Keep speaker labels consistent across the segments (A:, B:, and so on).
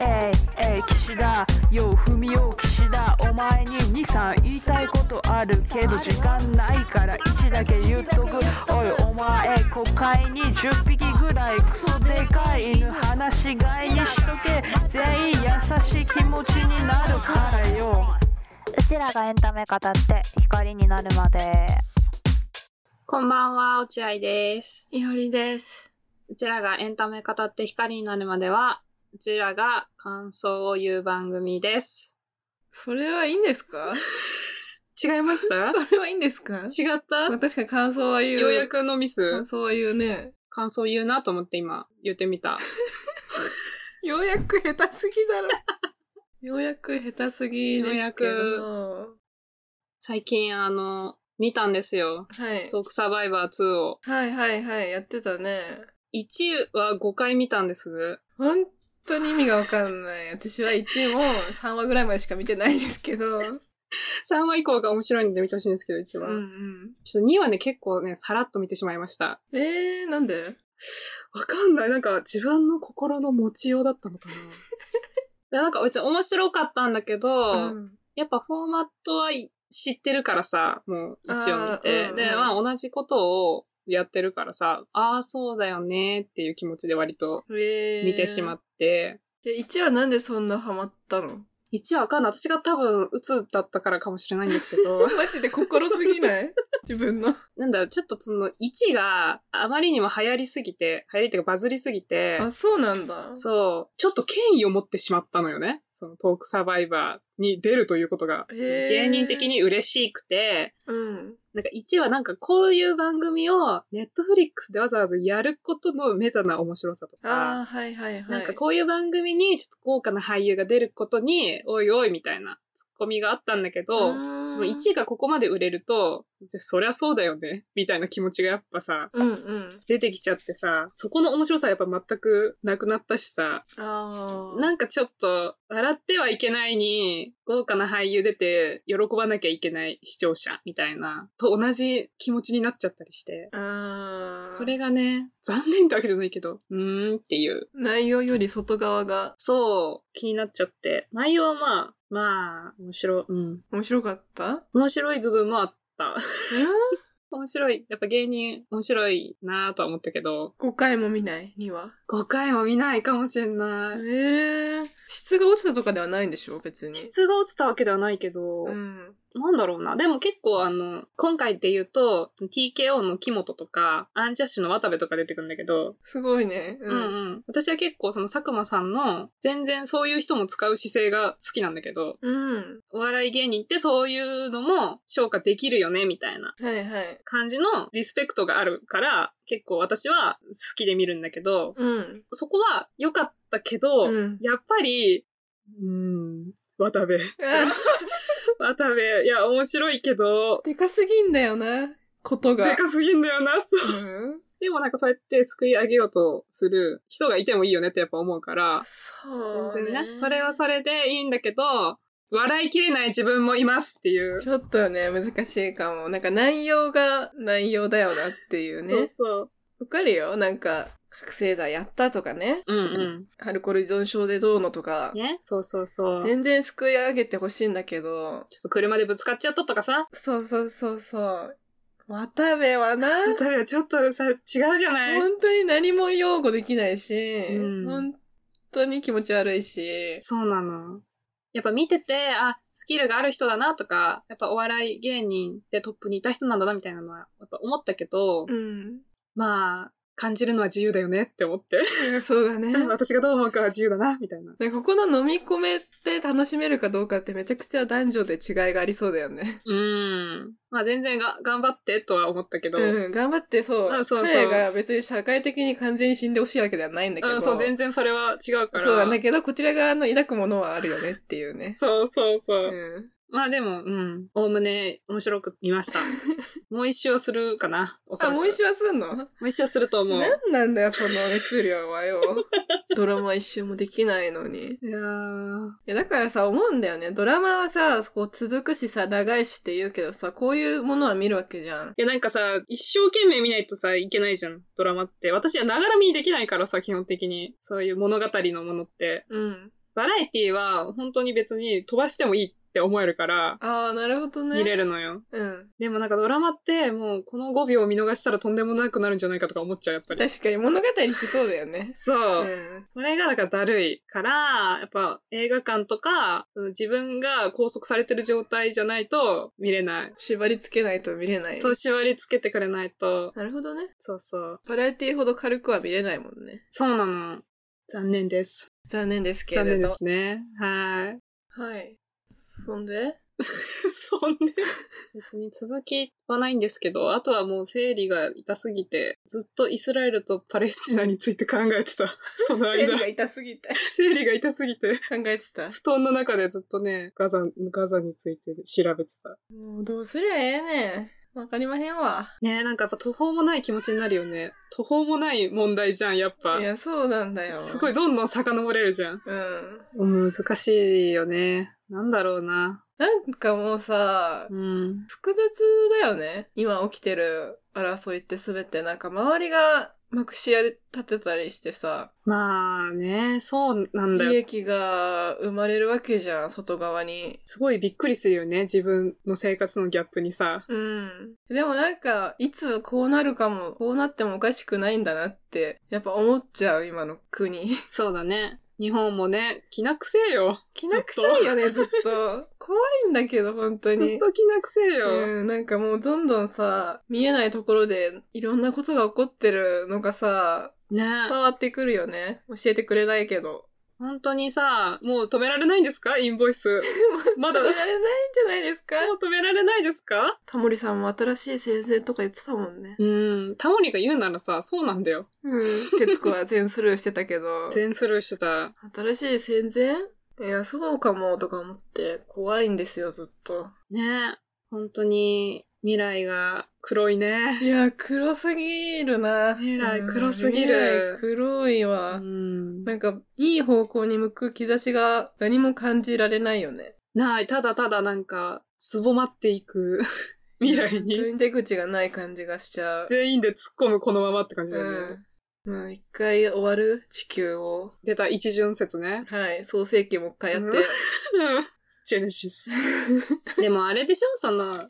A: えいえい岸田よう踏みよう岸田お前に23言いたいことあるけど時間ないから1だけ言っとくおいお前国会に10匹ぐらいクソでかい犬話しがいにしとけ全員優しい気持ちになるからよ
B: うちらがエンタメ語って光になるまで
C: こんばんは、落合です。
D: いおりです。
C: うちらがエンタメ語って光になるまでは、うちらが感想を言う番組です。
D: それはいいんです か
C: 違いました
D: それはいいんですか
C: 違った
D: まあ確かに感想は言う。
C: ようやくのミス、
D: 感想は言うね。
C: 感想言うなと思って今言ってみた。
D: ようやく下手すぎだろ。 ようやく下手すぎですけど。
C: 最近あの、見たんですよ。
D: はい。
C: トークサバイバー2を。
D: はいはいはい、やってたね。
C: 1は5回見たんです。
D: 本当に意味がわかんない。私は1も3話ぐらいまでしか見てないですけど。うん
C: 3話以降が面白いんで見てほしいんですけど、1
D: う
C: は。
D: ん。
C: ちょっと2はね、結構ね、さらっと見てしまいました。
D: えー、なんで
C: わかんない。なんか自分の心の持ちようだったの かな。でなんか別に面白かったんだけど、
D: うん
C: やっぱフォーマットはい知ってるからさ、もう一応見
D: あーうん
C: て。
D: うん
C: で、まあ同じことをやってるからさ、ああ、そうだよねっていう気持ちで割と
D: えー、
C: 見てしまって。
D: て。1はなんでそんなハマったの、
C: 一応わかんない。私が多分鬱だったからかもしれないんですけど
D: マジで心すぎ ない自分の。
C: なんだろう、ちょっとその1があまりにも流行りすぎて、流行りっていうかバズりすぎて、
D: あ、そうなんだ。
C: そう。ちょっと権威を持ってしまったのよね。そのトークサバイバーに出るということが。そ
D: へー
C: の芸人的に嬉しくて、
D: うん。
C: なんか1はなんかこういう番組をネットフリックスでわざわざやることのメタな面白さと
D: あ
C: か、
D: あ、はいはいはい。
C: なんかこういう番組にちょっと豪華な俳優が出ることに、おいおいみたいなツッコミがあったんだけ
D: う
C: ど、
D: ーん
C: 1位がここまで売れると、そりゃそうだよね、みたいな気持ちがやっぱさ、
D: うんうん。
C: 出てきちゃってさ、そこの面白さはやっぱ全くなくなったしさ、
D: ああ。
C: なんかちょっと、笑ってはいけないに、豪華な俳優出て、喜ばなきゃいけない視聴者みたいな、と同じ気持ちになっちゃったりして、
D: ああ。
C: それがね、残念ってわけじゃないけど、うーんっていう。
D: 内容より外側が
C: そう、気になっちゃって。内容はまあ、まあ、面白い、うん。
D: 面白かった
C: 面白い部分もあった。
D: え
C: 面白い。やっぱ芸人、面白いなぁとは思ったけど、
D: ?5 回も見ないには。
C: 5回も見ないかもしれな
D: ええ
C: い。
D: 質が落ちたとかではないんでしょ別に。
C: 質が落ちたわけではないけど、
D: うん。
C: なんだろうな。でも結構あの、今回で言うと、TKO の木本とか、アンジャッシュの渡部とか出てくるんだけど、
D: すごいね。。
C: うん、うんん私は結構その佐久間さんの、全然そういう人も使う姿勢が好きなんだけど、
D: うん。
C: お笑い芸人ってそういうのも消化できるよね、みたいな
D: はいはい。
C: 感じのリスペクトがあるから、結構私は好きで見るんだけど、
D: うん。
C: そこは良かったけど、
D: うん。
C: やっぱり、うーん、渡部。
D: あ
C: 渡部、いや、面白いけど、
D: でかすぎんだよな。ことが。
C: でかすぎんだよな、そう。
D: うん。
C: でもなんかそうやって救い上げようとする人がいてもいいよねってやっぱ思うから、
D: そう、
C: 全然
D: ね。
C: ね、それはそれでいいんだけど、笑いきれない自分もいますっていう。
D: ちょっとね、難しいかも。なんか内容が内容だよなっていう
C: そう
D: ね。
C: そう。
D: わかるよなんか、覚醒剤やったとかね。
C: うんうん。
D: アルコール依存症でどうのとか。
C: ね、そうそうそう。ちょっ
D: 全然救い上げてほしいんだけど。
C: と車でぶつかっちゃったとかさ。
D: そうそうそうそう。渡部はな、
C: 渡部はちょっとさ、違うじゃない
D: 本当に何も擁護できないし、
C: うん
D: 本当に気持ち悪いし。
C: そうなの。やっぱ見てて、あ、スキルがある人だなとか、やっぱお笑い芸人でトップにいた人なんだなみたいなのは、やっぱ思ったけど、
D: うん。
C: まあ、感じるのは自由だよねって思って。
D: いやそうだね。
C: 私がどう思うかは自由だな、みたいな。
D: でここの飲み込めって楽しめるかどうかってめちゃくちゃ男女で違いがありそうだよね。
C: うん。まあ全然が頑張ってとは思ったけど、うん、
D: うん、頑張ってそう。
C: あそうそう
D: 彼が別に社会的に完全に死んでほしいわけではないんだけど。
C: そう、全然それは違うから。
D: そうなんだけど、こちら側の抱くものはあるよねっていうね。
C: そうそうそう。
D: うん。
C: まあでも、うん。おおむね面白く見 ました。もう一周はするかな、おそ
D: あ、
C: らく。
D: もう一周はすんのな
C: もう一周はすると思う。
D: んなんだよ、その熱 量はよ。ドラマ一周もできないのに。い
C: いやー。
D: や、だからさ、思うんだよね。ドラマはさ、こう続くしさ、長いしって言うけどさ、こういうものは見るわけじゃん。
C: いやなんかさ、一生懸命見ないとさ、いけないじゃん、ドラマって。私はながら見できないからさ、基本的に。そういう物語のものって。
D: うん。
C: バラエティは本当に別に飛ばしてもいいって思えるから、
D: ああ、なるほどね。
C: 見れるのよ。
D: うん。
C: でもなんかドラマってもうこの5秒を見逃したらとんでもなくなるんじゃないかとか思っちゃう、やっぱり。。
D: 確かに物語ってそうだよね
C: そうう。
D: ん。
C: それがだからだるいから、やっぱ映画館とか、その自分が拘束されてる状態じゃないと見れない。
D: 縛り付けないと見れない。
C: そう縛りつけてくれないと、
D: なるほどね。
C: そうそう。
D: バラエティほど軽くは見れないもんね。
C: そうなの。残念です。
D: 残念ですけれ
C: 残
D: ど。
C: 念ですね。はい。
D: はい。そんで
C: そんで。別に続きはないんですけど、あとはもう生理が痛すぎて、ずっとイスラエルとパレスチナについて考えてた。その
D: 生理
C: 間。
D: が痛すぎて
C: 生理が痛すぎて。
D: 考えてた。
C: 布団の中でずっとね、ガザ、ガザについて調べてた。
D: もうどうすりゃええねん。わかりまへんわ。
C: ねえ、なんかやっぱ途方もない気持ちになるよね。途方もない問題じゃん、やっぱ
D: い。や、そうなんだよ。
C: すごい。どんどん遡れるじゃん。
D: うん。
C: 難しいよね。なんだろうな。
D: なんかもうさ、
C: うん。
D: 複雑だよね。今起きてる争いってすべてなんか周りがまくし立てたりしてさ、
C: まあね、そうなんだ
D: 利
C: よ。
D: 益が生まれるわけじゃん、外側に。
C: すごいびっくりするよね。自分の生活のギャップにさ。
D: うん。でもなんか、いつこうなるかも、こうなってもおかしくないんだなって、やっぱ思っちゃう、今の 国。
C: そうだね。日本もね、気なくせえよ。
D: 気な臭いよね、ずっと。怖いんだけど、本当に。
C: ずっと気なくせえよ。
D: うん、なんかもうどんどんさ、見えないところでいろんなことが起こってるのがさ、
C: ね
D: 伝わってくるよね。教えてくれないけど。
C: 本当にさ、もう止められないんですかインボイス。 まだ
D: 止められないんじゃないですか
C: もう止められないですか
D: タモリさんも新しい生前とか言ってたもんね。
C: うん。タモリが言うならさ、そうなんだよ。
D: うん。徹子は全スルーしてた けど。
C: 全スルーしてた。
D: 新しい戦前いや、そうかも、とか思って、怖いんですよ、ずっと。
C: ね本当に未来が黒いね。
D: いや、黒すぎるな。
C: 未来黒すぎる
D: うん未来黒いうわ。
C: ん。
D: なんか、いい方向に向く兆しが何も感じられないよね。
C: ない、ただただなんか、すぼまっていく未来
D: 本当
C: に、
D: に出口がない感じがしちゃう。
C: 全員で突っ込むこのままって感じだよね。
D: うん。まあ、一回終わる地球を。
C: 出た一巡説ね。
D: はい。創世紀もう一回やって。
C: うん ジェネシ ス。でもあれでしょその、宇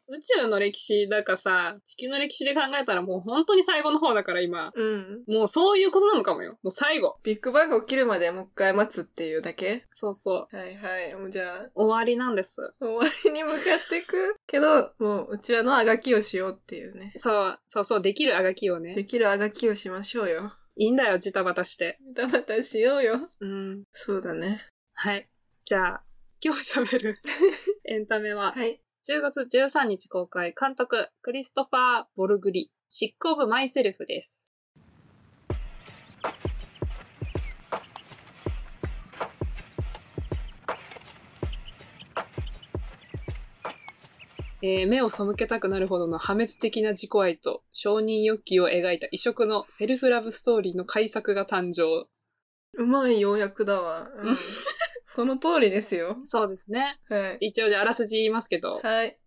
C: 宙の歴史だかさ、地球の歴史で考えたらもう本当に最後の方だから今。
D: うん。
C: もうそういうことなのかもよ。もう最後。
D: ビッグバンが起きるまでもう一回待つっていうだけ
C: そうそ
D: はいはい。もうじゃあ、
C: う。終わりなんです。
D: 終わりに向かっていくけど、もううちらのあがきをしようっていうね。
C: そう、そうそう、できるあがきをね
D: で。きるあがきをしましょうよ。
C: いいんだよ、ジタバタして。
D: バタバタしようよ。
C: うん。
D: そうだね。
C: はい。じゃあ、今日喋 るエンタメは、
D: はい。
C: 10月13日公開、監督、クリストファー・ボルグリ、シック・オブ・マイ・セルフです。えー目を背けたくなるほどの破滅的な自己愛と承認欲求を描いた異色のセルフラブストーリーの改作が誕生。
D: うまい要約だわ。う ん、その通りですよ。
C: そうですね。
D: はい。
C: 一応じゃああらすじ言いますけど、
D: はい。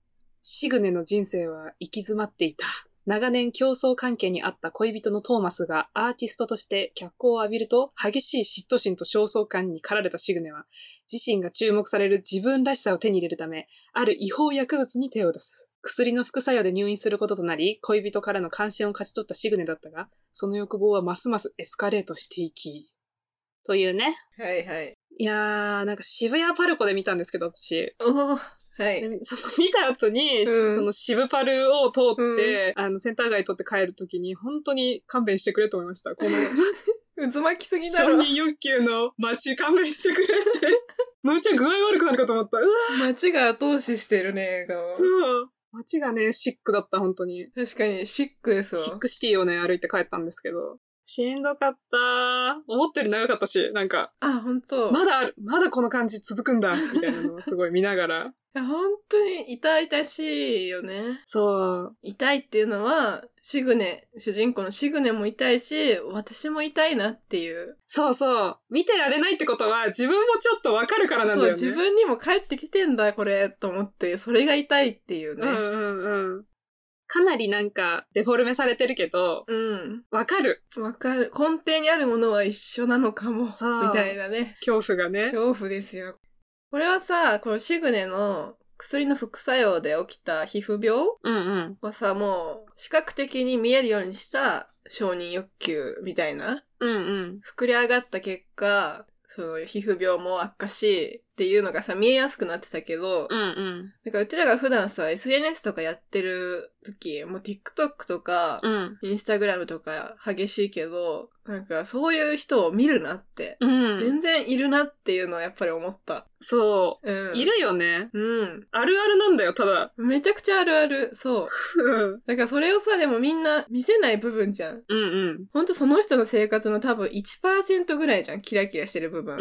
C: シグネの人生は行き詰まっていた。長年競争関係にあった恋人のトーマスがアーティストとして脚光を浴びると激しい嫉妬心と焦燥感に駆られたシグネは自身が注目される自分らしさを手に入れるためある違法薬物に手を出す薬の副作用で入院することとなり恋人からの関心を勝ち取ったシグネだったがその欲望はますますエスカレートしていきというね
D: はいはい。
C: いやーなんか渋谷パルコで見たんですけど私
D: おおはい。
C: で その見た後に、
D: うん
C: その渋パルを通って、あのセンター街通って帰るときに本当に勘弁してくれと思いましたこ の
D: 渦巻きすぎだ
C: 承
D: ろ。
C: 認欲求の街勘弁してくれっ てむちゃ具合悪くなるかと思ったうわ
D: 街が後押ししてるね、映画を。
C: そう街がねシックだった本当に
D: 確かに、シックです
C: シッ
D: わ。
C: クシティをね歩いて帰ったんですけどしんどかった思ったより長かったしなんか
D: あ、本当。
C: まだあるまだこの感じ続くんだみたいなのをすごい見なが ら
D: いや本当に痛々しいよね。
C: そう
D: 痛いっていうのは、シグネ、主人公のシグネも痛いし、私も痛いなっていう。
C: そうそう見てられないってことは自分もちょっとわかるからなんだ
D: そう、
C: よね
D: 自分にも帰ってきてんだ、これ、と思って、それが痛いっていうね。
C: うんうんうん。かなりなんかデフォルメされてるけど、
D: うん。
C: わかる。
D: わかる。根底にあるものは一緒なのかも。み
C: そう
D: たいなね。
C: 恐怖がね。
D: 恐怖ですよ。これはさ、このシグネの薬の副作用で起きた皮膚病
C: うんうん。
D: はさ、もう視覚的に見えるようにした承認欲求みたいな。
C: うんうん。
D: 膨れ上がった結果、その皮膚病も悪化し、っていうのがさ、見えやすくなってたけど、
C: うんうん。
D: なんかうちらが普段さ、SNS とかやってる時、もう TikTok とか、
C: うん。
D: インスタグラムとか激しいけど、なんかそういう人を見るなって、
C: うん。
D: 全然いるなっていうのはやっぱり思った。
C: そ
D: う
C: う。
D: ん。
C: いるよね。
D: うん。
C: あるあるなんだよ、ただ。
D: めちゃくちゃあるある。そう。
C: うん
D: だからそれをさ、でもみんな見せない部分じゃん。
C: うん
D: ほんとその人の生活の多分1%ぐらいじゃん。キラキラしてる部分。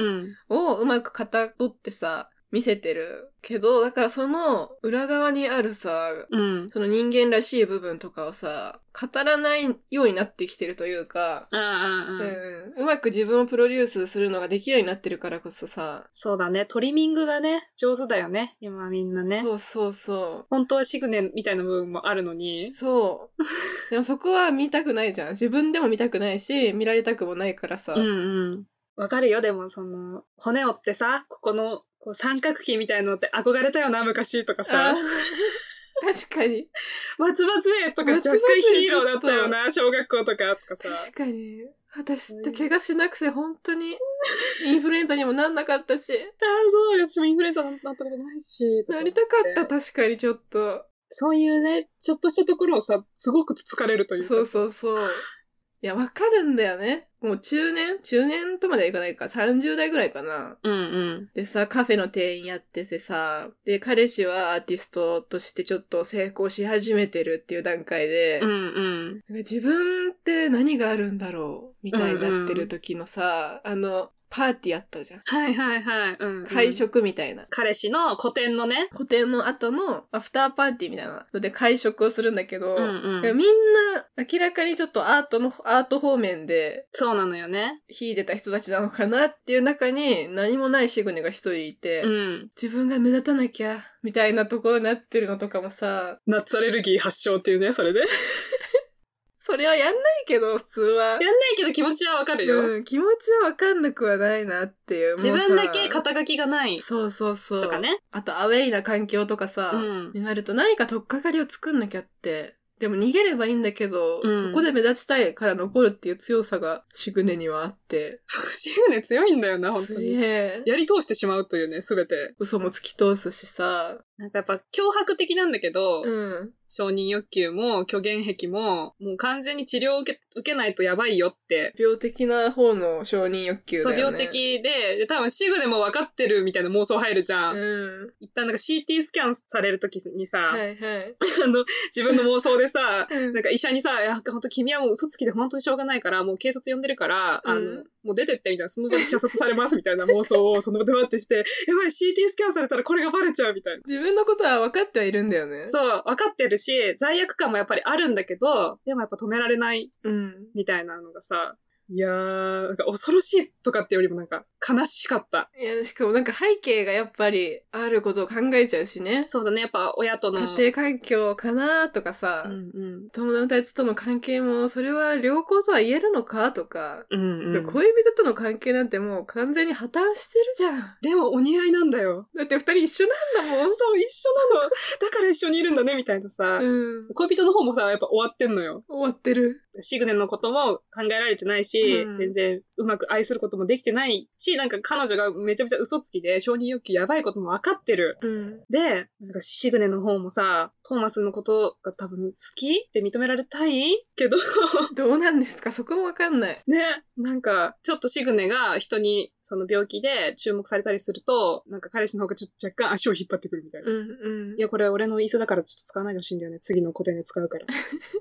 C: うん。うん。
D: をうまく型取ってさ、見せてるけど、だからその裏側にあるさ、
C: うん。
D: その人間らしい部分とかをさ、語らないようになってきてるというか、
C: ああ、
D: う
C: うんんうん。
D: うまく自分をプロデュースするのができるようになってるからこそさ、
C: そうだね。トリミングがね、上手だよね。今みんなね。
D: そうそうそ
C: 本当はシグネみたいな部分もあるのに
D: う。。そうでもそこは見たくないじゃん自分でも見たくないし見られたくもないからさ、
C: うんうん。わかるよ。でも、その、骨折ってさ、ここの、こう三角比みたいのって憧れたよな、昔とか
D: あ
C: さ
D: ー。 確かに
C: 松葉杖とか
D: 松
C: 若
D: 葉
C: 干
D: 杖
C: ヒーローだったよな、小学校とか、とかさ。
D: 確かに私って怪我しなくて本当にインフルエンザにもなんなかったし
C: ああ、そうよ。私もインフルエンザになったことないし。と
D: なりたかった確かにちょっと
C: そういうね、ちょっとしたところをさ、すごくつつかれるというか。
D: そうそうそういやわかるんだよねもう中年中年とまではいかないか30代ぐらいかな
C: うんうん。
D: でさカフェの店員やっててさで彼氏はアーティストとしてちょっと成功し始めてるっていう段階で、
C: う
D: なんか
C: んうん。
D: 自分って何があるんだろうみたいになってる時のさ、あのパーティーあったじゃん
C: はいはいはい。うん。
D: 会。食みたいな、
C: 彼氏の古典のね。
D: 個展の後のアフターパーティーみたいなので会食をするんだけ
C: う
D: ど、
C: ん
D: み
C: う
D: ん
C: ん。
D: な明らかにちょっとアートの、アート方面で
C: そうなのよね。
D: 秀でた人たちなのかなっていう中に何もないシグネが一人いて、
C: うん。
D: 自分が目立たなきゃ、みたいなところになってるのとかもさ、
C: ナッツアレルギー発症っていうね、それで。や
D: それはやんないけど、普通は。
C: んないけど気持ちはわかるよ。
D: うん、気持ちはわかんなくはないなっていう。もうさ
C: 自分だけ肩書きがない
D: そうそうそう。
C: とかね。
D: あと、アウェイな環境とかさ、
C: うん
D: になると何か取っかかりを作んなきゃって。でも逃げればいいんだけど、
C: うん
D: そこで目立ちたいから残るっていう強さがシグネにはあって。
C: シグネ強いんだよな、本当
D: す
C: に。
D: げえ。
C: やり通してしまうというね、すべて。
D: 嘘も突き通すしさ。
C: なんかやっぱ脅迫的なんだけど、
D: うん。
C: 承認欲求も虚言癖も、もう完全に治療を受け受けないとやばいよって。
D: 病的な方の承認欲求だ
C: 素
D: よね。
C: 病。的で、で多分シグネも分かってるみたいな妄想入るじゃん。
D: うん。
C: 一旦なんか CT スキャンされるときにさ、
D: はいはい。
C: あの、自分の妄想でさ、
D: うん
C: なんか医者にさ、いや、本当君はもう嘘つきで本当にしょうがないから、もう警察呼んでるから、あ
D: うん
C: の、もう出てってみたいな、その場で射殺されますみたいな妄想をその場で待ってして、やばい、CT スキャンされたらこれがバレちゃうみたいな。
D: 自分のことは分かってはいるんだよね。
C: そう、分かってるし、罪悪感もやっぱりあるんだけど、でもやっぱ止められない
D: うん。
C: みたいなのがさ、いやー、なんか恐ろしいとかってよりもなんか悲しかった。
D: いや、しかもなんか背景がやっぱりあることを考えちゃうしね。
C: そうだね、やっぱ親との。
D: 家庭環境かなとかさ。
C: うんうん。
D: 友達との関係もそれは良好とは言えるのかとか、
C: うんうん、
D: 恋人との関係なんてもう完全に破綻してる じゃん。
C: でもお似合いなんだよ。
D: だって二人一緒なんだもん。
C: そう、一緒なの。だから一緒にいるんだね、みたいなさ。
D: うん。
C: 恋人の方もさ、やっぱ終わってんのよ。
D: 終わってる。
C: シグネのことも考えられてないし、
D: うん
C: 全然うまく愛することもできてないし、なんか彼女がめちゃめちゃ嘘つきで承認欲求やばいことも分かってる。
D: うん。
C: で、なんかシグネの方もさ、トーマスのことが多分好きって認められたい けど、
D: どうなんですかそこもわかんない。
C: ね、なんか、ちょっとシグネが人にその病気で注目されたりすると、なんか彼氏の方がちょっと若干足を引っ張ってくるみたいな。
D: うんうん
C: い。や、これ俺の椅子だからちょっと使わないでほしいん だよね。次の古典で使うから。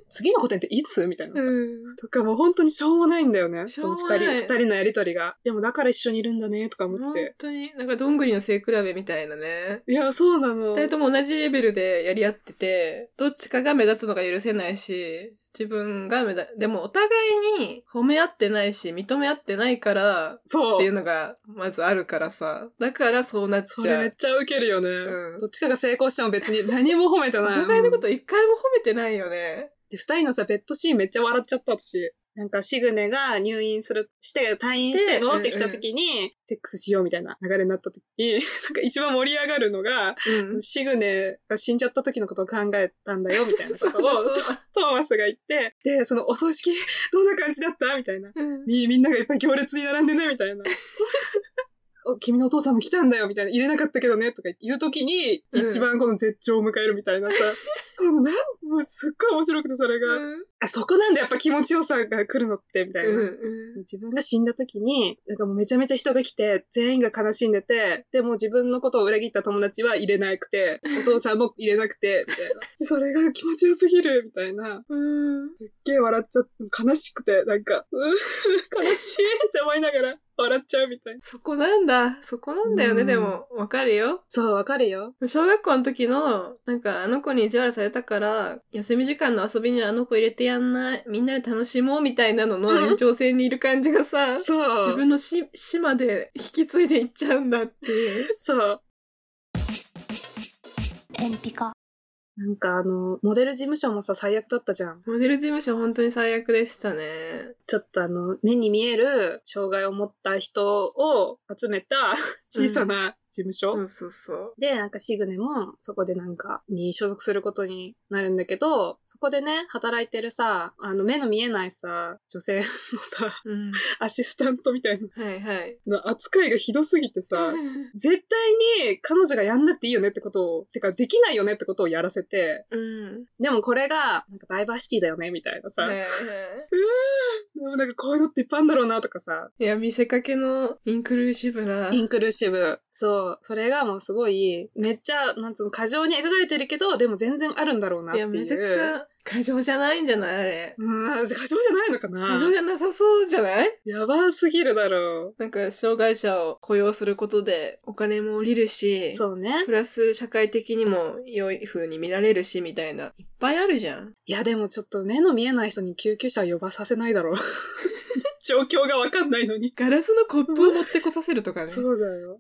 C: 次の古典っていつみたいなさ。
D: うん。
C: とかもう本当にしょうもないんだよね。
D: し
C: そ
D: ょう
C: の
D: も
C: 二
D: ない
C: 人、二人のやりとりが。でもだから一緒にいるんだね、とか思
D: 本
C: って。
D: 当に、なんかどんぐりの背比べみたいなね。
C: いや、そうなの
D: 二。人とも同じレベルでやり合ってて、どっちかが目立つのが許せないし、自分が目立、でもお互いに褒め合ってないし、認め合ってないから、っ
C: そ
D: て
C: う
D: いう。のがまずあるからさ。だからそうなっ
C: そ
D: ち
C: れ
D: ゃ
C: めっ
D: う。
C: ちゃウケるよね、
D: うん
C: どっちかが成功しても別に何も褒めて
D: お
C: ない。
D: 互いのこと一回も褒めてないよね。
C: で、二人のさ、ベッドシーンめっちゃ笑っちゃった私。なんか、シグネが入院する、して、退院して
D: して
C: 戻ってきた時に、セックスしようみたいな流れになった時に、なん か一番盛り上がるのが、
D: うん。
C: シグネが死んじゃった時のことを考えたんだよ、みたいなこと
D: そう
C: を
D: だそうだ
C: ト、トーマスが言って、で、そのお葬式、どんな感じだったみたいな。
D: うん
C: み、みんながいっぱい行列に並んでね、みた いな。お君のお父さんも来たんだよ、みたいな。入れなかったけどね、とか言うときに、
D: うん
C: 一番この絶頂を迎えるみたいなさ。このなん、もうすっごい面白くて、それが。あ、そこなんだ、やっぱ気持ちよさが来るのって、みたいな。
D: うんうん
C: 自分が死んだ時に、なんかもうめちゃめちゃ人が来て、全員が悲しんでて、でも自分のことを裏切った友達は入れなく て、お父さんも入れなくて、みたいな。でそれが気持ちよすぎる、みたいな。
D: うん。
C: すっげえ笑っちゃって、悲しくて、なんか、うー悲しいって思いながら笑っちゃうみたいな。
D: そこなんだ。そこなんだよね。
C: うん
D: でも、わかるよ。
C: そう、わかるよ。
D: 小学校の時の、なんかあの子に意地悪されたから、休み時間の遊びにあの子入れてやんない。みんなで楽しもうみたいなのの
C: うん
D: 延長線にいる感じがさ、
C: そう。
D: 自分のし、死まで引き継いでいっちゃうんだっていう。
C: そう。
B: エンピカ
C: なんかあの、モデル事務所もさ、最悪だったじゃん。
D: モデル事務所本当に最悪でしたね。
C: ちょっとあの、目に見える障害を持った人を集めた小さな事務所。
D: そうそうそう。
C: で、なんかシグネもそこでなんかに所属することになるんだけど、そこでね、働いてるさ、あの目の見えないさ、女性のさ、
D: うん。
C: アシスタントみたいな
D: はいはい。
C: の扱いがひどすぎてさ、絶対に彼女がやんなくていいよねってことを、てかできないよねってことをやらせて、
D: うん。
C: でもこれがなんかダイバーシティだよねみたいなさ、
D: はいはいう
C: ーでもなんかこういうのっていっぱいあるんだろうなとかさ、
D: いや、見せかけのインクルーシブな。
C: インクルーシブ。そう。それがもうすごい、めっちゃ、なんつうの、過剰に描かれてるけど、でも全然あるんだろうなっ
D: い
C: てい
D: や、
C: う。
D: めちゃくちゃ過剰じゃないんじゃないあれ。
C: うん、過剰じゃないのかな
D: 過剰じゃなさそうじゃない
C: やばすぎるだろ
D: なんか、障害者を雇用することでお金も降りる
C: う。
D: し、
C: そうね
D: プ。ラス社会的にも良い風に見られるし、みたいな。いっぱいあるじゃん。
C: いや、でもちょっと目の見えない人に救急車呼ばさせないだ ろう。状況がわかんないのに。
D: ガラスのコップを持ってこさせるとかね。
C: そうだよ。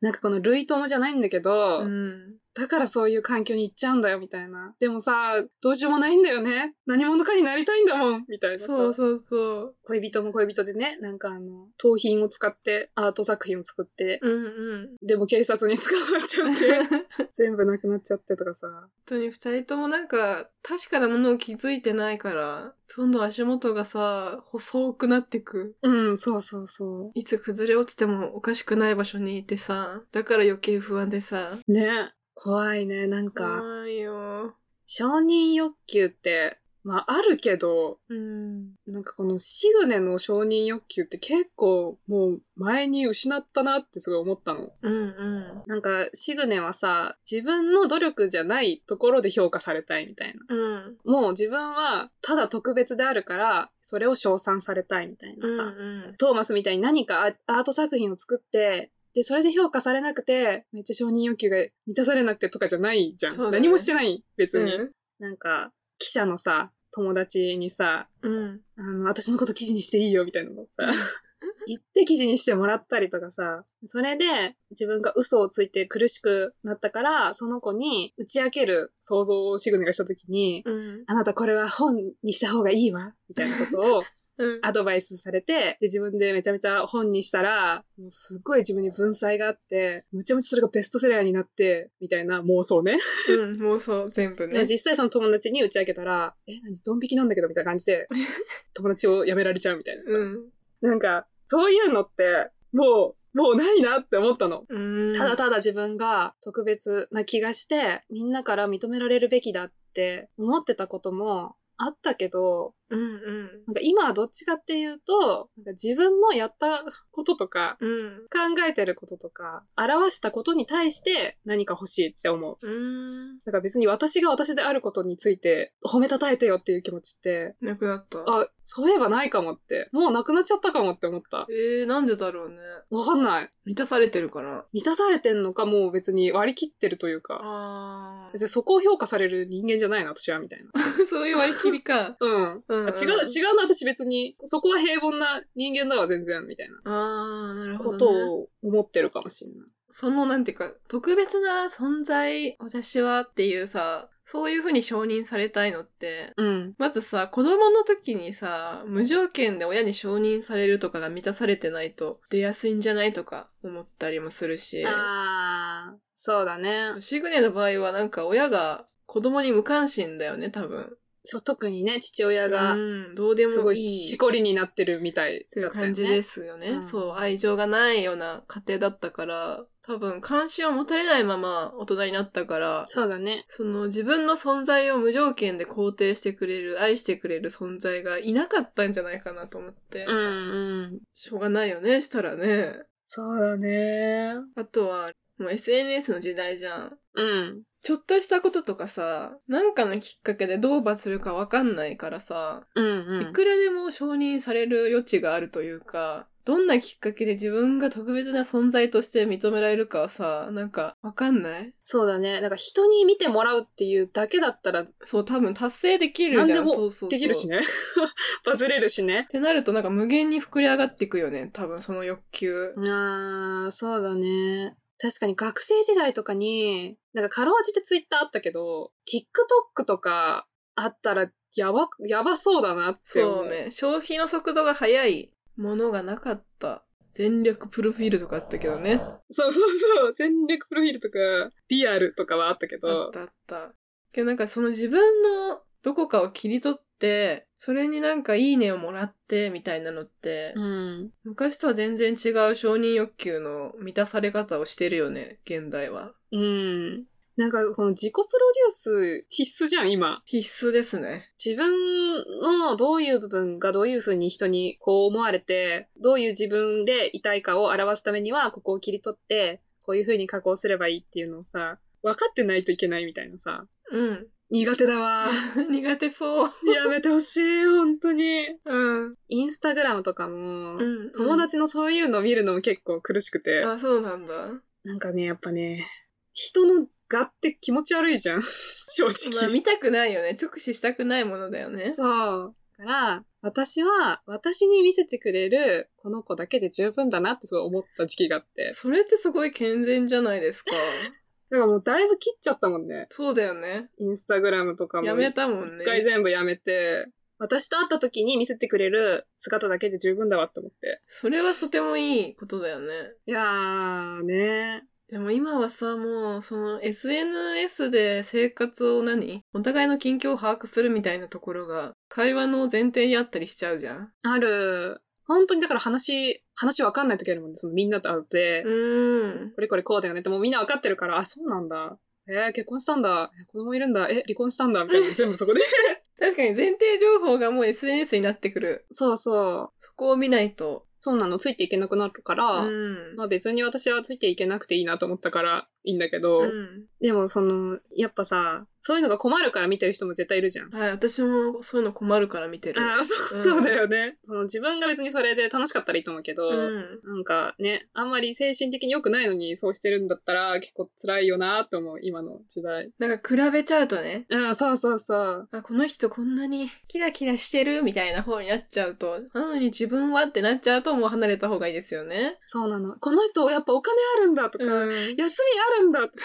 C: なんかこの類友じゃないんだけど、
D: うん。
C: だからそういう環境に行っちゃうんだよみたいな。でもさ、どうしようもないんだよね。何者かになりたいんだもんみたいなさ。
D: そうそうそう。
C: 恋人も恋人でね、なんかあの、盗品を使ってアート作品を作って、
D: う んうん。
C: でも警察に捕まっちゃ って、
D: 本
C: 全部なくなっちゃってとかさ。
D: 当に二人ともなんか、確かなものを気づいてないから、どんどん足元がさ、細くなってく。
C: うん、そうそうそ
D: いつ崩れ落ちてもおかしくない場所にいてさ、だから余計不安でさ。
C: う。ね。怖いね。なんか、
D: 怖いよ。
C: 承認欲求って、まああるけど、
D: うん。
C: なんかこのシグネの承認欲求って結構もう前に失ったなってすごい思ったの。
D: うんうん。
C: なんかシグネはさ、自分の努力じゃないところで評価されたいみたいな。
D: うん。
C: もう自分はただ特別であるから、それを称賛されたいみたいな
D: うん
C: さ。
D: うん。
C: トーマスみたいに何かアアート作品を作って、で、それで評価されなくて、めっちゃ承認欲求が満たされなくてとかじゃないじゃん。
D: そうだね
C: 何もしてない、別に。
D: うん
C: なんか、記者のさ、友達にさ、
D: うん。
C: あの、私のこと記事にしていいよ、みたいなのをさ、 言って記事にしてもらったりとかさ、それで自分が嘘をついて苦しくなったから、その子に打ち明ける想像をシグネがしたときに、
D: うん。
C: あなたこれは本にした方がいいわ、みたいなことを
D: うん。
C: アドバイスされて、で、自分でめちゃめちゃ本にしたら、もうすっごい自分に文才があって、むちゃむちゃそれがベストセラーになって、みたいな妄想ね。
D: うん。妄想全部ね。
C: 実際その友達に打ち明けたら、え、何ドン引きなんだけどみたいな感じで、友達を辞められちゃうみたいなさ。
D: うん。
C: なんか、そういうのって、もう、もうないなって思ったの。
D: うん。
C: ただただ自分が特別な気がして、みんなから認められるべきだって思ってたこともあったけど、
D: うんうん。
C: なんか今はどっちかっていうと、なんか自分のやったこととか、
D: うん。
C: 考えてることとか、表したことに対して何か欲しいって思う。
D: うん。
C: だから別に私が私であることについて褒めたたえてよっていう気持ちって、
D: なくなった。
C: あ、そういえばないかもって、もうなくなっちゃったかもって思った。
D: えー、なんでだろうね。
C: わかんない。
D: 満たされてるから。
C: 満たされてんのか、もう別に割り切ってるというか、
D: あ
C: 別にそこを評価される人間じゃないな、私は、みたいな。
D: ー。 そういう割り切りか。
C: うん。
D: うん、
C: あ違う、違うな、私別に、そこは平凡な人間だわ、全然、みたいな
D: あー、なるほ
C: こと
D: ど、ね。
C: を思ってるかもしれない。
D: その、なんていうか、特別な存在、私はっていうさ、そういうふうに承認されたいのって、
C: うん。
D: まずさ、子供の時にさ、無条件で親に承認されるとかが満たされてないと出やすいんじゃないとか思ったりもするし。
C: あー、そうだね。
D: シグネの場合はなんか親が子供に無関心だよね、多分。
C: そう、特にね、父親
D: う
C: が、
D: ん、どうでもいい。
C: すごいしこりになってるみたい
D: ってい
C: だ
D: う
C: ったよね。
D: 感じですよね。
C: うん
D: そう、愛情がないような家庭だったから、多分関心を持たれないまま大人になったから、
C: そうだね。
D: その自分の存在を無条件で肯定してくれる、愛してくれる存在がいなかったんじゃないかなと思って。
C: うんうん。
D: しょうがないよね、したらね。
C: そうだね。
D: あとは、もう SNS の時代じゃん。
C: うん。
D: ちょっとしたこととかさ、なんかのきっかけでどう罰するかわかんないからさ、
C: うんう
D: い
C: ん。
D: くらでも承認される余地があるというか、どんなきっかけで自分が特別な存在として認められるかはさ、なんかわかんない
C: そうだね。なんか人に見てもらうっていうだけだったら
D: そう、多分達成できるじゃん。
C: 何で
D: そ
C: も
D: うそうそう
C: できるし。ね。 バズれるしね
D: っ。てなるとなんか無限に膨れ上がっていくよね。多分その欲求。
C: あー、そうだね。確かに学生時代とかに、なんかかろうじてツイッターあったけど、TikTok とかあったらやば、やばそうだなって思う。
D: そうね。消費の速度が速いものがなかった。全力プロフィールとかあったけどね。
C: そうそうそう。全力プロフィールとか、リアルとかはあったけ
D: あっ
C: ど。
D: たあった。けどなんかその自分のどこかを切り取って、それになんかいいねをもらってみたいなのって、
C: うん。
D: 昔とは全然違う承認欲求の満たされ方をしてるよね、現代は。
C: うん。なんか、この自己プロデュース必須じゃん、今。
D: 必須ですね。
C: 自分のどういう部分がどういうふうに人にこう思われて、どういう自分でいたいかを表すためには、ここを切り取って、こういうふうに加工すればいいっていうのをさ、分かってないといけないみたいなさ、
D: うん。
C: 苦手だわ。
D: 苦手そう。
C: やめてほしい、本当に。
D: うん。
C: インスタグラムとかも、
D: うん。
C: 友達のそういうの見るのも結構苦しくて、
D: あ、そうなんだ。ま
C: なんかね、やっぱね、人の画って気持ち悪いじゃん、 正直。
D: あ見たくないよね。直視したくないものだよね。
C: そう。だから、私は、私に見せてくれる、この子だけで十分だなってすごい思った時期があって。
D: それってすごい健全じゃないですか。
C: だからもうだいぶ切っちゃったもんね。
D: そうだよね。
C: インスタグラムとかも。
D: やめ
C: 一
D: たもんね。
C: 回全部やめて、私と会った時に見せてくれる姿だけで十分だわって思って。
D: それはとてもいいことだよね。
C: いやーね
D: でも今はさ、もう、その SNS で生活を何お互いの近況を把握するみたいなところが、会話の前提にあったりしちゃうじゃん。
C: ある。本当にだから話、話わかんない時あるもんね。そのみんなと会って
D: う、ーん。
C: これこれこうだよねってもうみんなわかってるから、あ、そうなんだ。えー、結婚したんだ。え子供いるんだ。え、離婚したんだ。みたいな。全部そ こで。
D: 確かに前提情報がもう SNS になってくる。
C: そうそう。
D: そこを見ないと。
C: そうなの、ついていけなくなるから、
D: うん。
C: まあ別に私はついていけなくていいなと思ったからいいんだけど、
D: うん。
C: でもその、やっぱさ、そういうのが困るから見てる人も絶対いるじゃん。
D: はい、私もそういうの困るから見てる。
C: ああ、そう、
D: う
C: そ
D: ん
C: うだよね。その自分が別にそれで楽しかったらいいと思うけど、
D: うん。
C: なんかね、あんまり精神的に良くないのにそうしてるんだったら結構辛いよなと思う、今の時代。
D: なんか比べちゃうとね。
C: うん、そうそうそう。
D: あ、この人こんなにキラキラしてるみたいな方になっちゃうと、なのに自分はってなっちゃうともう離れた方がいいですよね。
C: そうなの。この人やっぱお金あるんだとか、
D: うん。
C: 休みあるん だとか、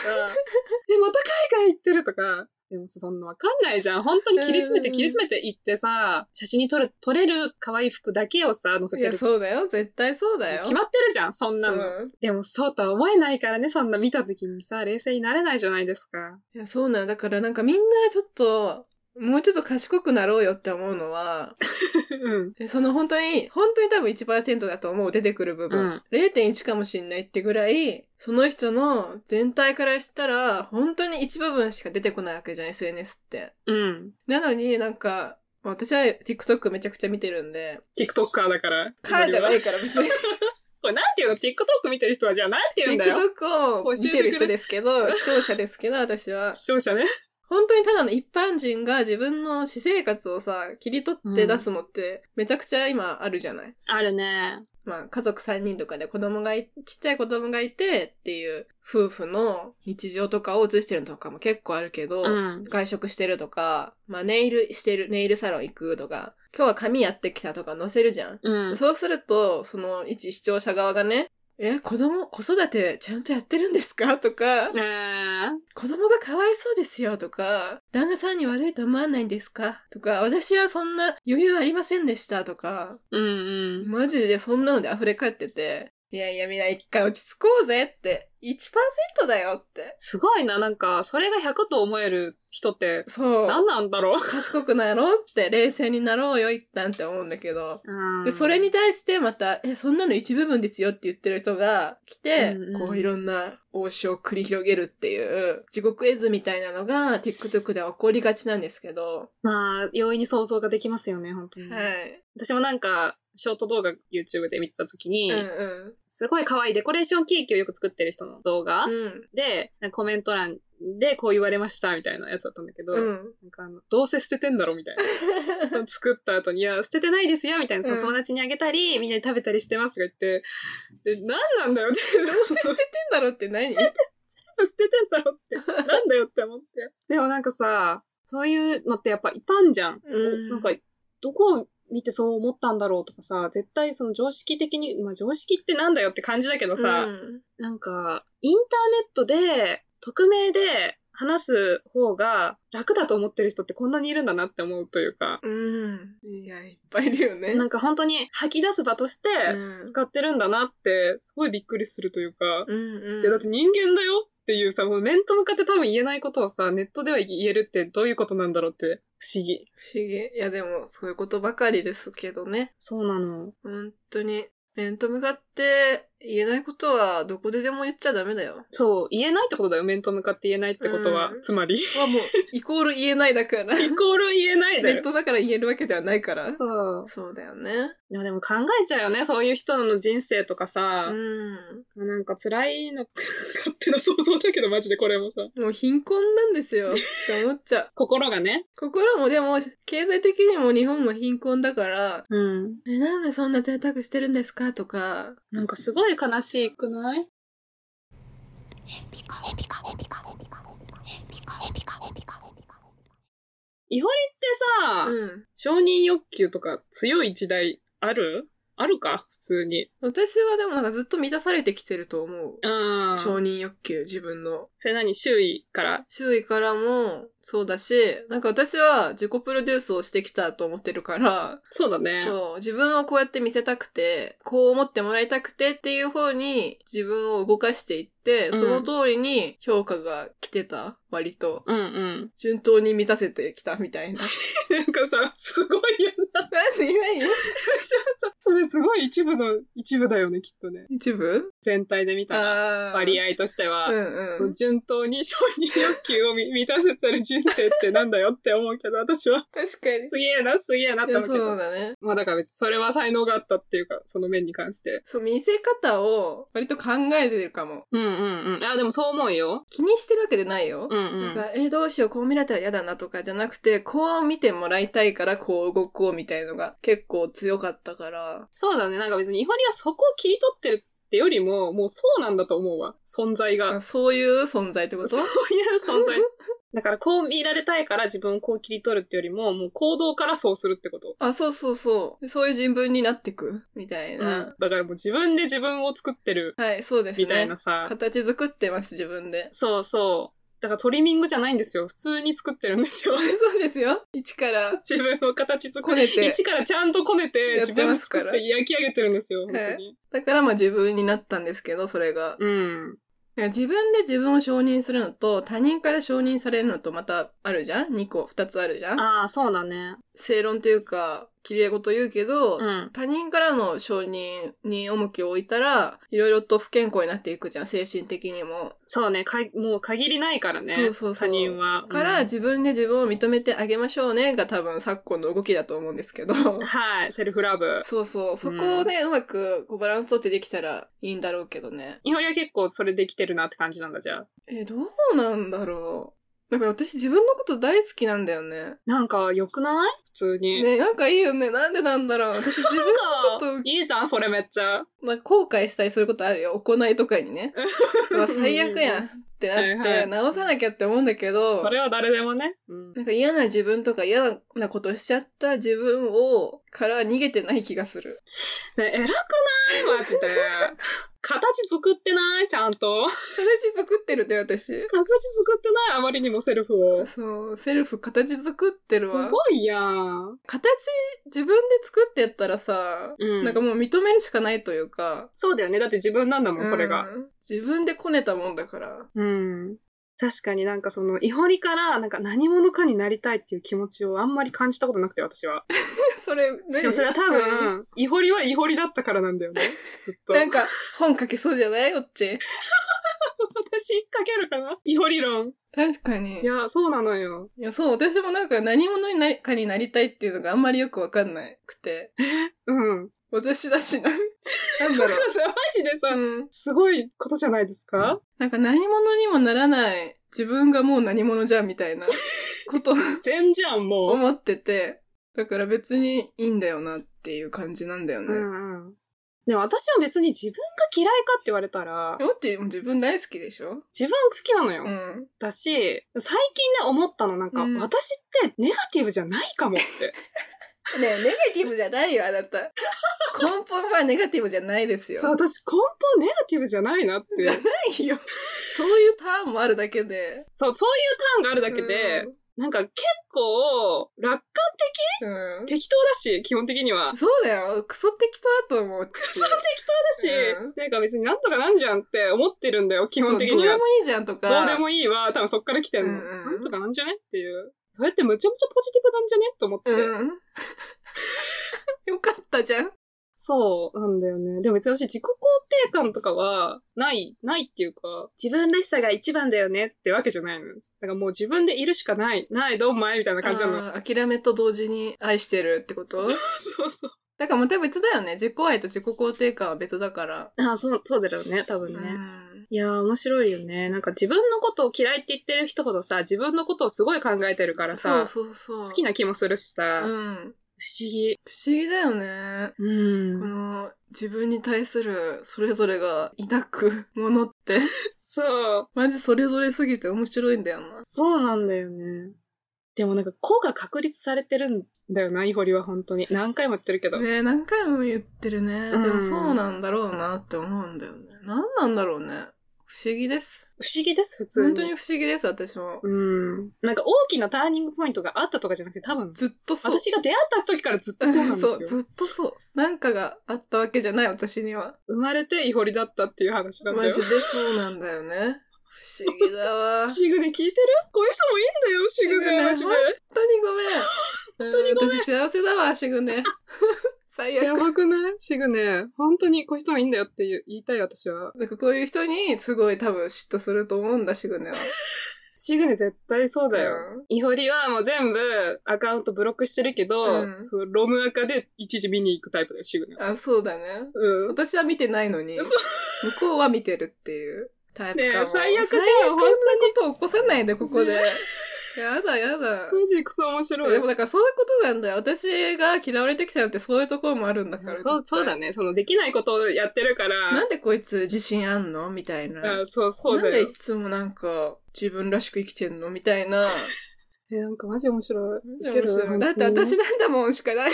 C: え、また海外行ってるとか、でもさそんなわかんないじゃん。本当に切り詰めて
D: うん
C: 切り詰めて行ってさ、写真に撮る、撮れる可愛い服だけをさ、載せ
D: い
C: て
D: や、
C: る。
D: そうだよ。絶対そうだよ。
C: 決まってるじゃん、そんなの。
D: うん
C: でもそうとは思えないからね、そんな見た時にさ、冷静になれないじゃないですか。
D: いや、そうなんだ。だからなんかみんなちょっと、もうちょっと賢くなろうよって思うのは、
C: うん。
D: その本当に、本当に多分1%だと思う、出てくる部分。0.1かもしんないってぐらい、その人の全体からしたら、本当に一部分しか出てこないわけじゃん、SNS って。
C: うん。
D: なのになんか、まあ私は TikTok めちゃくちゃ見てるんで、
C: TikToker だから。。
D: カーじゃないいから別に。
C: これなんていうの ?TikTok 見てる人はじゃあなん て言うんだよ。
D: TikTok を見てる人ですけど、視聴者ですけど、私は。
C: 視聴者ね。
D: 本当にただの一般人が自分の私生活をさ、切り取って出すのって、めちゃくちゃ今あるじゃない、
C: あるね。
D: まあ、家族3人とかで子供がい、ちっちゃい子供がいてっていう夫婦の日常とかを映してるのとかも結構あるけど、
C: うん。
D: 外食してるとか、まあ、ネイルしてる、ネイルサロン行くとか、今日は髪やってきたとか載せるじゃん。
C: うん。
D: そうすると、その一視聴者側がね、え、子供、子育てちゃんとやってるんですかとか、
C: え
D: 子供がかわいそうですよとか、旦那さんに悪いと思わないんですかとか、私はそんな余裕ありませんでしたとか、
C: うんうん。
D: マジでそんなので溢れ返ってて、いやいやみんな一回落ち着こうぜって、1%だよって。
C: すごいな、なんか、それが100と思える人って、
D: そう。
C: 何なんだろう。
D: 賢くなろうって、冷静になろうよ一旦って思うんだけど。
C: う
D: で、それに、対してまた、え、そんなの一部分ですよって言ってる人が来て、
C: うんうん
D: こういろんな応酬を繰り広げるっていう、地獄絵図みたいなのが TikTok では起こりがちなんですけど、
C: まあ、容易に想像ができますよね、本当に。
D: はい。
C: 私もなんか、ショート動画 YouTube で見てた時に、
D: うんうん。
C: すごい可愛いデコレーションケーキをよく作ってる人の動画
D: うん。
C: で、なんかコメント欄でこう言われましたみたいなやつだったんだけど、
D: うん。
C: なんかあの、どうせ捨ててんだろみたいな。 作った後に、いや、捨ててないですよみたいな、その
D: うん
C: 友達にあげたり、みんなで食べたりしてますが言って、で、何なんだよって。どう
D: 捨ててんだろって何
C: 捨ててんだろって。なんだよって思って。でもなんかさ、そういうのってやっぱ一般じゃん。
D: うん
C: なんか、どこを見てそう思ったんだろうとかさ、絶対その常識的に、まあ常識ってなんだよって感じだけどさ、
D: うん
C: なんか、インターネットで、匿名で話す方が楽だと思ってる人ってこんなにいるんだなって思うというか、
D: うん。いや、いっぱいいるよね。
C: なんか本当に吐き出す場として
D: うん
C: 使ってるんだなって、すごいびっくりするというか、
D: うんうん。
C: いやだって人間だよっていうさ、もう面と向かって多分言えないことをさ、ネットでは言えるってどういうことなんだろうって不思議。
D: 不思議。いや、でも、そういうことばかりですけどね。
C: そうなの。
D: 本当に。面と向かって言えないことはどこででも言っちゃダメだよ。
C: そう、言えないってことだよ。面と向かって言えないってことは、
D: うん
C: つまり。イ
D: はもう、イコール言えないだから。ネ
C: コール言えないだ
D: ッ
C: よ。
D: トだから言えるわけではないから。そ
C: そう
D: うだよね。
C: でもでも考えちゃうよね。そういう人の人生とかさ
D: う、ん。
C: なんか辛いの、勝手な想像だけど、マジでこれもさ。
D: もう貧困なんですよ。って思っち ゃう。
C: 心がね。
D: 心もでも、経済的にも日本も貧困だから、
C: うん。
D: え、なんでそんな贅沢してるんですかとか、
C: なんかすごい悲しくないイホリってさ、
D: うん。
C: 承認欲求とか強い時代あるあるか普通に。
D: 私はでもなんかずっと満たされてきてると思う。
C: ああ。
D: 承認欲求、自分の。
C: それ何周囲から。
D: 周囲からもそうだし、なんか私は自己プロデュースをしてきたと思ってるから、
C: そうだね。
D: そう、自分をこうやって見せたくて、こう思ってもらいたくてっていう方に自分を動かしていって、その通りに評価が来てた、割と。
C: うんうん。
D: 順当に満たせてきたみた いな。
C: なんかさ、すごいよな。
D: 何何
C: それすごい一部の、一部だよね、きっとね。
D: 一部
C: 全体で見たら。
D: ああ。
C: 割
D: 合。
C: 合としては。
D: うんうん。
C: 順当に承認欲求をみ満たせてる人生ってなんだよって思うけど、私は。
D: 確かに。
C: すげえな、すげえなっ
D: い
C: て
D: や
C: 思うけ
D: そう
C: ど。
D: だね。
C: まあだから別にそれは才能があったっていうか、その面に関して。
D: そう、見せ方を割と考えてるかも。
C: うんうんうん。あ、でもそう思うよ。
D: 気にしてるわけでないよ。
C: うんう
D: なん
C: ん。
D: か、えーどうしよう、こう見られたら嫌だなとかじゃなくて、こう見てもらいたいから、こう動こうみたいのが結構強かったから。
C: そうだね。なんか別にイホリはそこを切り取ってるってよりも、もうそうなんだと思うわ。存在が。
D: あそういう存在ってこと
C: そういう存在。 だからこう見られたいから自分をこう切り取るってよりも、もう行動からそうするってこと。
D: あ、そうそうそう。でそういう人文になってく、みたいな。
C: だからもう自分で自分を作ってる
D: はい、そうですね。
C: みたいなさ。。
D: 形作ってます、自分で
C: そうそう。だからトリミングじゃないんですよ。普通に作ってるんですよ。
D: そうですよ。一から。
C: 自分を形作
D: こ
C: って、
D: ねて。
C: 一からちゃんとこねて、
D: や
C: 自
D: って
C: 分
D: ま
C: です
D: か
C: 作
D: ら
C: って焼き上げてるんですよ、本当に。
D: だからまあ自分になったんですけど、それが。
C: うん。
D: いや自分で自分を承認するのと、他人から承認されるのとまたあるじゃん ?2 個、2つあるじゃん
C: ああ、そうだね。
D: 正論というか、綺麗事言うけど、
C: うん。
D: 他人からの承認に重きを置いたら、いろいろと不健康になっていくじゃん、精神的にも。
C: そうね、かいもう限りないからね。
D: そうそうそう
C: 他人は。
D: から、
C: うん
D: 自分で自分を認めてあげましょうね、が多分昨今の動きだと思うんです けど。
C: はい、セルフラブ。
D: そうそう。そこをね、うまくこうバランス取ってできたらいいんだろうけどね。
C: いほりは結構それできてるなって感じなんだ、じゃあ。
D: え、どうなんだろう。なんか私自分のこと大好きなんだよね。
C: なんか、良くない普通に。
D: ね、なんかいいよね。なんでなんだろう。私 自分
C: なん
D: ちょ
C: か
D: っ、と
C: いいじゃん、それめっちゃ。
D: なんか後悔したりすることあるよ。行いとかに ね。うわ最悪やんってなっ
C: はいは
D: て、
C: い
D: 直さなきゃって思うんだけど、
C: それは誰でもね。うん
D: なんか嫌な自分とか嫌なことしちゃった自分を、から逃げてない気がする。
C: ね、偉くないマ ジで。形作ってないちゃんと。
D: 形作ってるって私。
C: 形作ってないあまりにもセルフを。す
D: そう、セルフ形作ってるわ。
C: ごいやん。
D: 形、自分で作ってやったらさ、
C: うん
D: なんかもう認めるしかないというか、
C: そうだよね。だって自分なんだもん、それが。
D: うん自分でこねたもんだから。
C: うん。確かになんかその、イホリからなんか何者かになりたいっていう気持ちをあんまり感じたことなくて、私は。
D: それ、
C: で
D: で
C: もそれは多分、イホリはイホリだったからなんだよね。ずっと。
D: なんか、本書けそうじゃないオッチ。
C: 私書けるかなイホリ論。
D: 確かに。
C: いや、そうなのよ。
D: いや、そう、私もなんか何者になりかになりたいっていうのがあんまりよくわかんなくて。
C: うん。
D: 私だ しな。なんだ
C: だ
D: ろ
C: か
D: う
C: ら。さ、マジでさ、
D: うん。
C: すごいことじゃないですか
D: なんか何者にもならない自分がもう何者じゃんみたいなことを
C: 全じゃん、もう。
D: 思ってて。だから別にいいんだよなっていう感じなんだよね。
C: う
D: うん、
C: んうん。でも私は別に自分が嫌いかって言われたら、
D: オッチも自分大好きでしょ
C: 自分好きなのよ。
D: うん。
C: だし、最近ね、思ったの、なんか、
D: うん
C: 私ってネガティブじゃないかもって。
D: ねえネガティブじゃないよ、あなた。 根本はネガティブじゃないです よ。
C: そう、私根本ネガティブじゃないなって。
D: じゃないよ。そういうターンもあるだけで。
C: そう、そういうターンがあるだけで、なんか結構、楽観
D: うん、うん
C: 的、適当だし、基本的には。
D: そうだよ。クソ適当だと思う。ク
C: それ適当だし、
D: うん
C: なんか別になんとかなんじゃんって思ってるんだよ、 基本的に
D: どう
C: は
D: で。もいいじゃんとか。
C: どうでもいいは、多分そっから来てんの。
D: うんう
C: な
D: ん
C: んとかなんじゃねっていう。それってむちゃむちゃポジティブなんじゃねと思って。
D: うん。 よかったじゃん。
C: そうなんだよね。でも別に私自己肯定感とかはない、ないっていうか、自分らしさが一番だよねってわけじゃないの。だからもう自分でいるしかない、ない、どんまいみたいな感じなの。
D: あー諦めと同時に愛してるってこと
C: そうそう。
D: だからまた別だよね。自己愛と自己肯定感は別だから。
C: ああ、そう、そうだよね、多分ね。
D: うん
C: いやー、面白いよね。なんか自分のことを嫌いって言ってる人ほどさ、自分のことをすごい考えてるから
D: そ
C: さ、
D: うそうそう。
C: 好きな気もするしさ、
D: う
C: 不思
D: ん。
C: 議。
D: 不思議だよね。
C: う
D: こ
C: ん。
D: の自分に対するそれぞれが抱くものって、
C: そう。
D: マジそれぞれすぎて面白いんだよな。
C: そうなんだよね。でもなんか、子が確立されてるんだよな、イホリは本当に。何回も言ってるけど。
D: ねえ何回も言ってるね。で
C: うん
D: もそうなんだろうなって思うんだよね。何なんだろうね。不思議です。
C: 不思議です、普通に。
D: 本当に不思議です、私も。
C: うん。なんか大きなターニングポイントがあったとかじゃなくて、多分、
D: ずっとそう。
C: 私が出会った時からずっとそうなんですよ。
D: そうずっとそう。なんかがあったわけじゃない、私には。
C: 生まれてイホリだったっていう話なん
D: マ
C: だ
D: ジ
C: よ。
D: でそうなんだよね。不思議だわ。
C: シグネ聞いてるこういう人もいいんだよ、シグ
D: シグ
C: ネ、
D: ネ
C: マジで。
D: 本当にごめん。本当にごめん。私幸せだわ、シグネ。 最
C: や
D: 悪。
C: ばくないシグネ。本当にこういう人もいいんだよって言う言いたい、私は。
D: なんかこういう人にすごい多分嫉妬すると思うんだ、シグネは。
C: シグネ絶対そうだよ。
D: うん
C: イホリはもう全部アカウントブロックしてるけど、
D: うん
C: そのロムアカで一時見に行くタイプだよ、シグネは。
D: あ、そうだね。
C: うん。
D: 私は見てないのに、
C: そ
D: 向
C: う
D: こうは見てるっていうタイプかも。
C: ねえ最悪じゃん
D: 最悪
C: 本当に
D: なこと起こさないで、ここで。やだや
C: マ
D: だ。
C: ジクソ面白い。
D: でもだからそういうことなんだよ。私が嫌われてきたのってそういうところもあるんだから。
C: そう、そうだ
D: ね。
C: ね。その、できないことをやってるから。
D: なんでこいつ自信あんのみたいな。
C: あそう、そうだ
D: なん
C: よ
D: でい。つもなんか自分らしく生きてんのみた いな。
C: え、なんかマジ面白い。
D: 面白いだって私なんだもんしかない。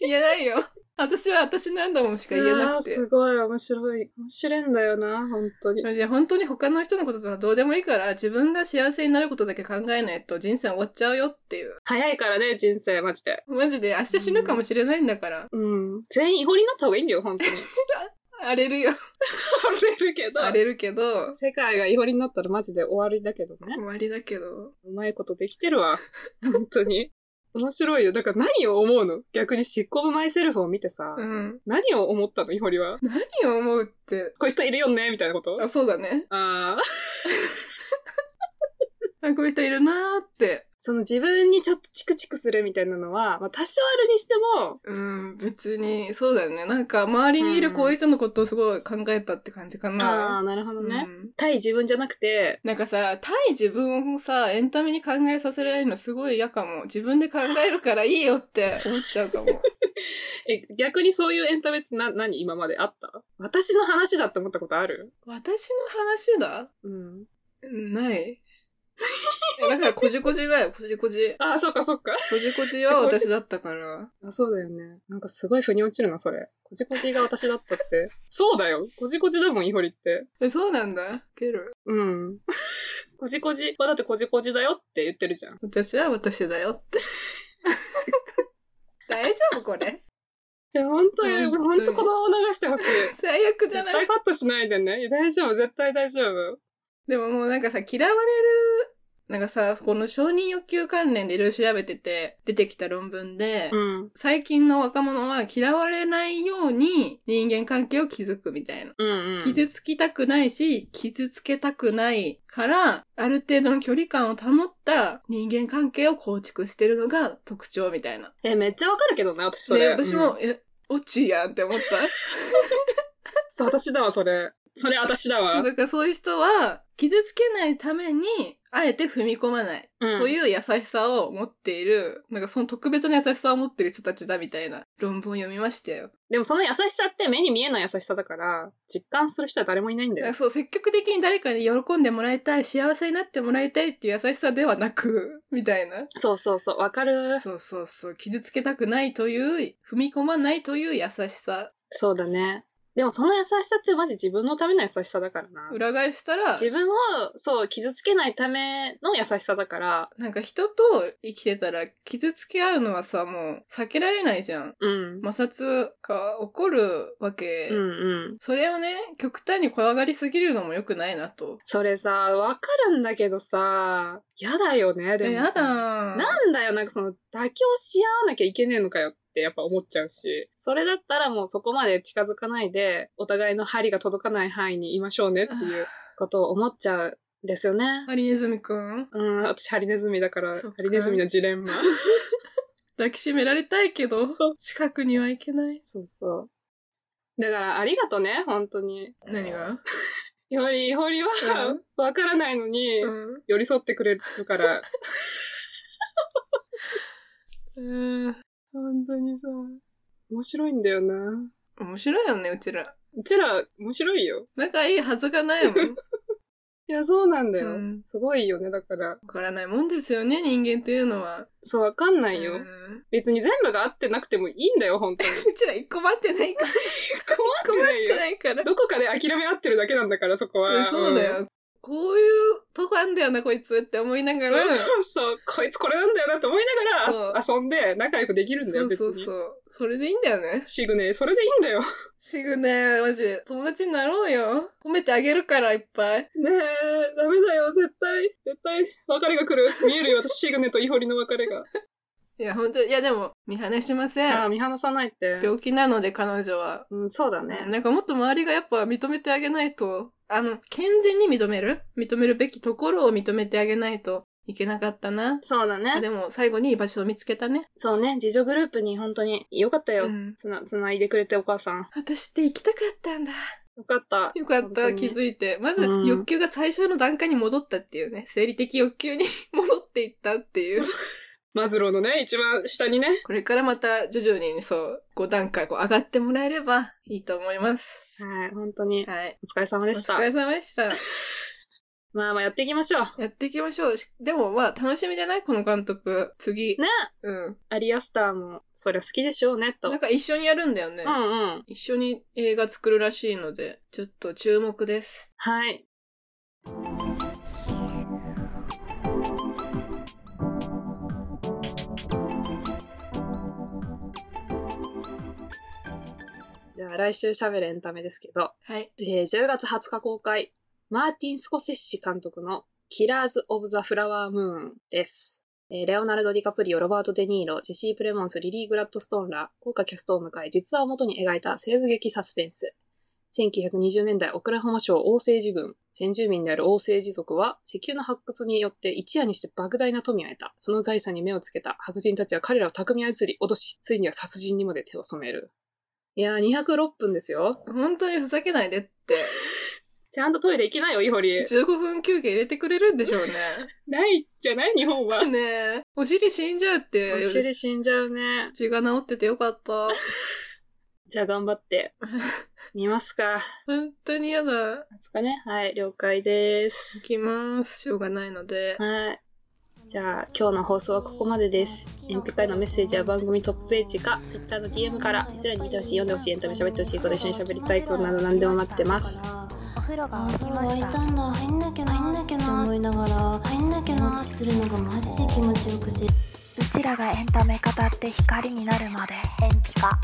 D: 言えないよ。私は私なんだもんしか言えな
C: あ
D: くて。
C: すごい面白い。面白いんだよな、本当に。
D: マジで本当に他の人のこととかどうでもいいから、自分が幸せになることだけ考えないと人生終わっちゃうよっていう。
C: 早いからね、人生、マジで。
D: マジで明日死ぬかもしれないんだから。
C: うん。全員イホリになった方がいいんだよ、 本当に。
D: 荒れるよ。
C: 荒れるけど。
D: 荒れるけど、
C: 世界がイホリになったらマジで終わりだけどね
D: 終。わりだけど。
C: うまいことできてるわ。本当に。面白いよ。だから何を思うの逆に執行部マイセルフを見てさ、
D: うん。
C: 何を思ったのイホリは。
D: 何を思うって。
C: こういう人いるよねみたいなこと
D: あ、そうだね。
C: ああ。
D: あ、こういう人いるなーって。
C: その自分にちょっとチクチクするみたいなのは、まあ多少あるにしても、
D: うん、別に、そうだよね。なんか、周りにいるこういう人のことをすごい考えたって感じか
C: ああ
D: な。
C: ー、なるほどね。
D: うん
C: 対自分じゃなくて、
D: なんかさ、対自分をさ、エンタメに考えさせられるのすごい嫌かも。自分で考えるからいいよって思っちゃうか も。
C: え、逆にそういうエンタメってな、何今まであった私の話だって思ったことある
D: 私の話だ
C: うん。
D: ない。えだから、こじこじだよ、こじこじ。
C: ああ、そっかそっか。
D: こじこじは私だったから。
C: あ、そうだよね。なんかすごい腑に落ちるな、それ。こじこじが私だったって。そうだよ。こじこじだもん、イホリって。
D: え、そうなんだ。ウケる。
C: うん。 こじこじはだってこじこじだよって言ってるじゃん。
D: 私は私だよ って。大丈夫これ。
C: いや、本当に、
D: 本当に
C: 本当このまま流してほしい。
D: 最悪じゃ
C: 絶
D: な
C: 対
D: い
C: カットしないでね。いや大丈夫、絶対大丈夫。
D: でももうなんかさ、嫌われる、なんかさ、この承認欲求関連でいろいろ調べてて、出てきた論文で、
C: うん。
D: 最近の若者は嫌われないように人間関係を築くみたいな。
C: うん、うん。
D: 傷つきたくないし、傷つけたくないから、ある程度の距離感を保った人間関係を構築してるのが特徴みたいな。
C: え、めっちゃわかるけどな、私そ
D: で、
C: れ。
D: 私
C: うん
D: も、え、オチやんって思った。
C: そう、私だわ、それ。それ私 だ
D: そ
C: わ
D: う。だからそういう人は、傷つけないために、あえて踏み込まない。
C: うん
D: という優しさを持っている、なんかその特別な優しさを持ってる人たちだみたいな論文を読みましたよ。
C: でもその優しさって目に見えない優しさだから、実感する人は誰もいないんだ
D: なん
C: よ
D: か。そう、積極的に誰かに喜んでもらいたい、幸せになってもらいたいっていう優しさではなく、 みたいな。
C: そうそうそう、わかる。
D: そうそうそう、傷つけたくないという、踏み込まないという優しさ。
C: そうだね。でもその優しさってマジ自分のための優しさだからな。
D: 裏返したら、
C: 自分を、そう、傷つけないための優しさだから、
D: なんか人と生きてたら傷つけ合うのはさ、もう避けられないじゃん。
C: うん。
D: 摩擦が起こるわけ。
C: うんうん。
D: それをね、極端に怖がりすぎるのも良くないなと。
C: それさ、わかるんだけどさ、やだよね、で
D: え
C: も
D: やだ
C: さ。
D: ー
C: なんだよ、なんかその、妥協し合わなきゃいけねえのかよってやっぱ思っちゃうし、それだったらもうそこまで近づかないで、お互いの針が届かない範囲にいましょうねっていうことを思っちゃうんですよね。
D: ハリネズミくん
C: うん、私ハリネズミだから、
D: そ
C: ハ
D: っか
C: リネズミのジレ ンマ。
D: 抱きしめられたいけど、近くには行けない。
C: そうそう。だから、ありがとね、本当に。
D: 何が
C: イホリ、イホリは
D: うん、
C: わからないのに、
D: うん。
C: 寄り添ってくれるから、
D: うん。
C: 本当にさ、面白いんだよな。
D: 面白いよね、うちら。
C: うちら、面白いよ。
D: 仲いいはずがない もん。
C: いや、そうなんだよ。
D: うん
C: すごいよね、だから。
D: わからないもんですよね、人間というのは。
C: そう、わかんな
D: う
C: いよ。
D: ん
C: 別に全部が合ってなくてもいいんだよ、本 当に。
D: うちら一個待ってないから。
C: 困ってないよ。
D: 一個待ってないから。
C: どこかで諦め合ってるだけなんだから、そこ
D: うん
C: は。
D: そうだよ。こういうとこあんだよな、こいつって思いなが
C: うん。
D: ら。
C: そうそう、こいつこれなんだよなって思いながらあ遊んで仲良くできるんだ
D: そ
C: よ、
D: う
C: 別
D: そ
C: に。
D: うそう。それでいいんだよね。
C: シグネ、それでいいんだよ。
D: シグね、マジ。友達になろうよ。褒めてあげるから、いっぱい。
C: ねえ、ダメだよ、絶対、絶対、別れが来る。見えるよ、私、シグネとイホリの別れが。
D: いや、本当いや、でも、見放しませ
C: ああ、
D: ん。
C: 見放さないって。
D: 病気なので、彼女は。
C: うん、そうだね。
D: なんかもっと周りがやっぱ認めてあげないと、あの、健全に認める認めるべきところを認めてあげないといけなかったな。
C: そうだ
D: あ
C: ね。
D: でも、最後に居場所を見つけたね。
C: そうね、自助グループに本当によかったよ。
D: うん
C: つな、つないでくれてお母さん。
D: 私って行きたかったんだ。
C: よかった。
D: よかっ
C: 本当
D: た、
C: に
D: 気づいて。まず、
C: うん
D: 欲求が最初の段階に戻ったっていうね。生理的欲求に 戻っていったっていう。
C: マズローのね、一番下にね。
D: これからまた徐々にねそう、5段階こう上がってもらえればいいと思います。
C: はい、本当に。
D: はい。
C: お疲れ様
D: お
C: でした
D: 疲。れ様でした。
C: まあまあやっていきましょう。
D: やっていきましょう。しでもまあ楽しみじゃないこの監督。次。
C: ね。
D: うん。
C: アリアスターも、そりゃ好きでしょうね、と。う
D: なん
C: ん
D: か一緒にやるんだよね。
C: うん。
D: 一緒に映画作るらしいので、ちょっと注目です。
C: はい。じゃあ来週喋るエンタメですけど、
D: はい。
C: えー10月20日公開、マーティン・スコセッシ監督のキラーズ・オブ・ザ・フラワームーンです。えーレオナルド・ディカプリオ、ロバート・デ・ニーロ、ジェシー・プレモンス、リリー・グラッドストーンら豪華キャストを迎え、実話を元に描いた西部劇サスペンス。1920年代オクラホマ州オーセージ軍、先住民であるオーセージ族は石油の発掘によって一夜にして莫大な富を得た。その財産に目をつけた白人たちは彼らを巧みに操り、脅し、ついには殺人にまで手を染める。いやー、206分ですよ。
D: 本当にふざけないで って。
C: ちゃんとトイレ行きなよ、イホリ。
D: 15分休憩入れてくれるんでしょう
C: ないじゃない日本は
D: ね。。ねえ。お尻死んじゃうって。
C: お尻死んじゃうね。
D: 血が治っててよかった。
C: じゃあ頑張って。見ますか。
D: 本当に嫌だ。
C: ですかね。はい、了解で
D: 行
C: す
D: き。ます。しょうがないので。
C: はい。じゃあ、今日の放送はここまでです。エンピ会のメッセージは番組トップページか、Twitter の DM から、どちらに見てほしい、読んでほしい、エンタメ喋ってほしいこと、一緒に喋りたいことなど何でも待ってます。
B: お風呂が
E: あ
B: 沸きま
E: 沸い
B: した
E: たんだ入んなきゃな
B: 入んなきゃな
E: って思いながら
B: 入んなきゃ
E: マ
B: な
E: ッチするのがマジで気持ちよくて
B: うちらがエンタメ語って光になるまで延期か